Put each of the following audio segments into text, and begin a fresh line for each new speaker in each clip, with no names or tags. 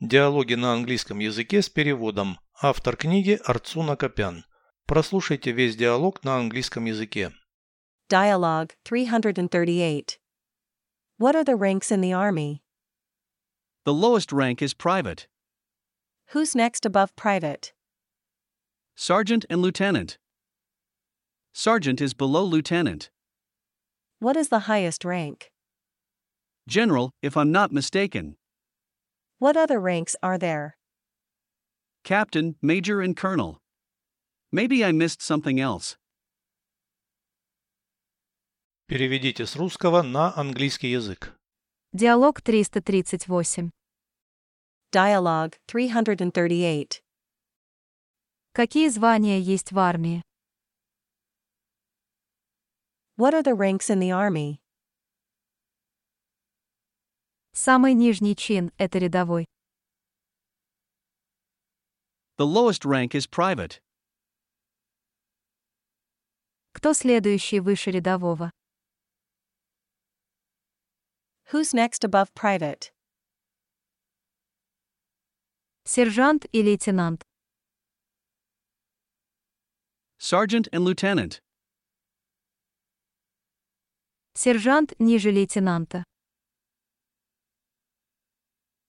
Диалоги на английском языке с переводом. Автор книги Арцуна Копян. Прослушайте весь диалог на английском языке.
Dialogue 338. What are the ranks in the Army?
The lowest rank is private,
Who's next above private?
sergeant, and lieutenant. Sergeant is below lieutenant.
What is the highest rank?
General, if I'm not mistaken.
What other ranks are there?
Captain, major, and colonel. Maybe I missed something else.
Переведите с русского на английский язык.
Диалог 338.
Dialogue 338.
Какие звания есть в армии?
What are the ranks in the Army?
Самый нижний чин – это рядовой.
The lowest rank is private.
Кто следующий выше рядового?
Who's next above private?
Сержант и лейтенант.
Sergeant and lieutenant.
Сержант ниже лейтенанта.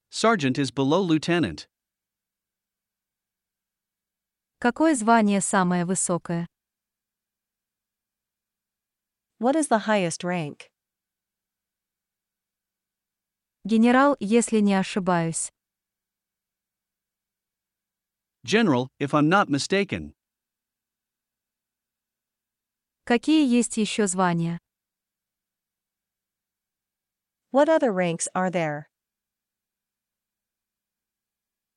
Sergeant is below lieutenant.
Какое звание самое высокое?
What is the highest rank?
Генерал, если не ошибаюсь.
General, if I'm not mistaken.
Какие есть еще звания?
What other ranks are there?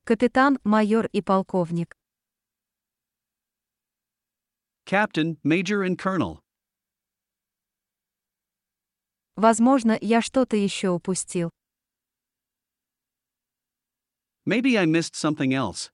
Капитан, майор и полковник.
Captain, major, and colonel.
Возможно, я что-то еще упустил.
Maybe I missed something else.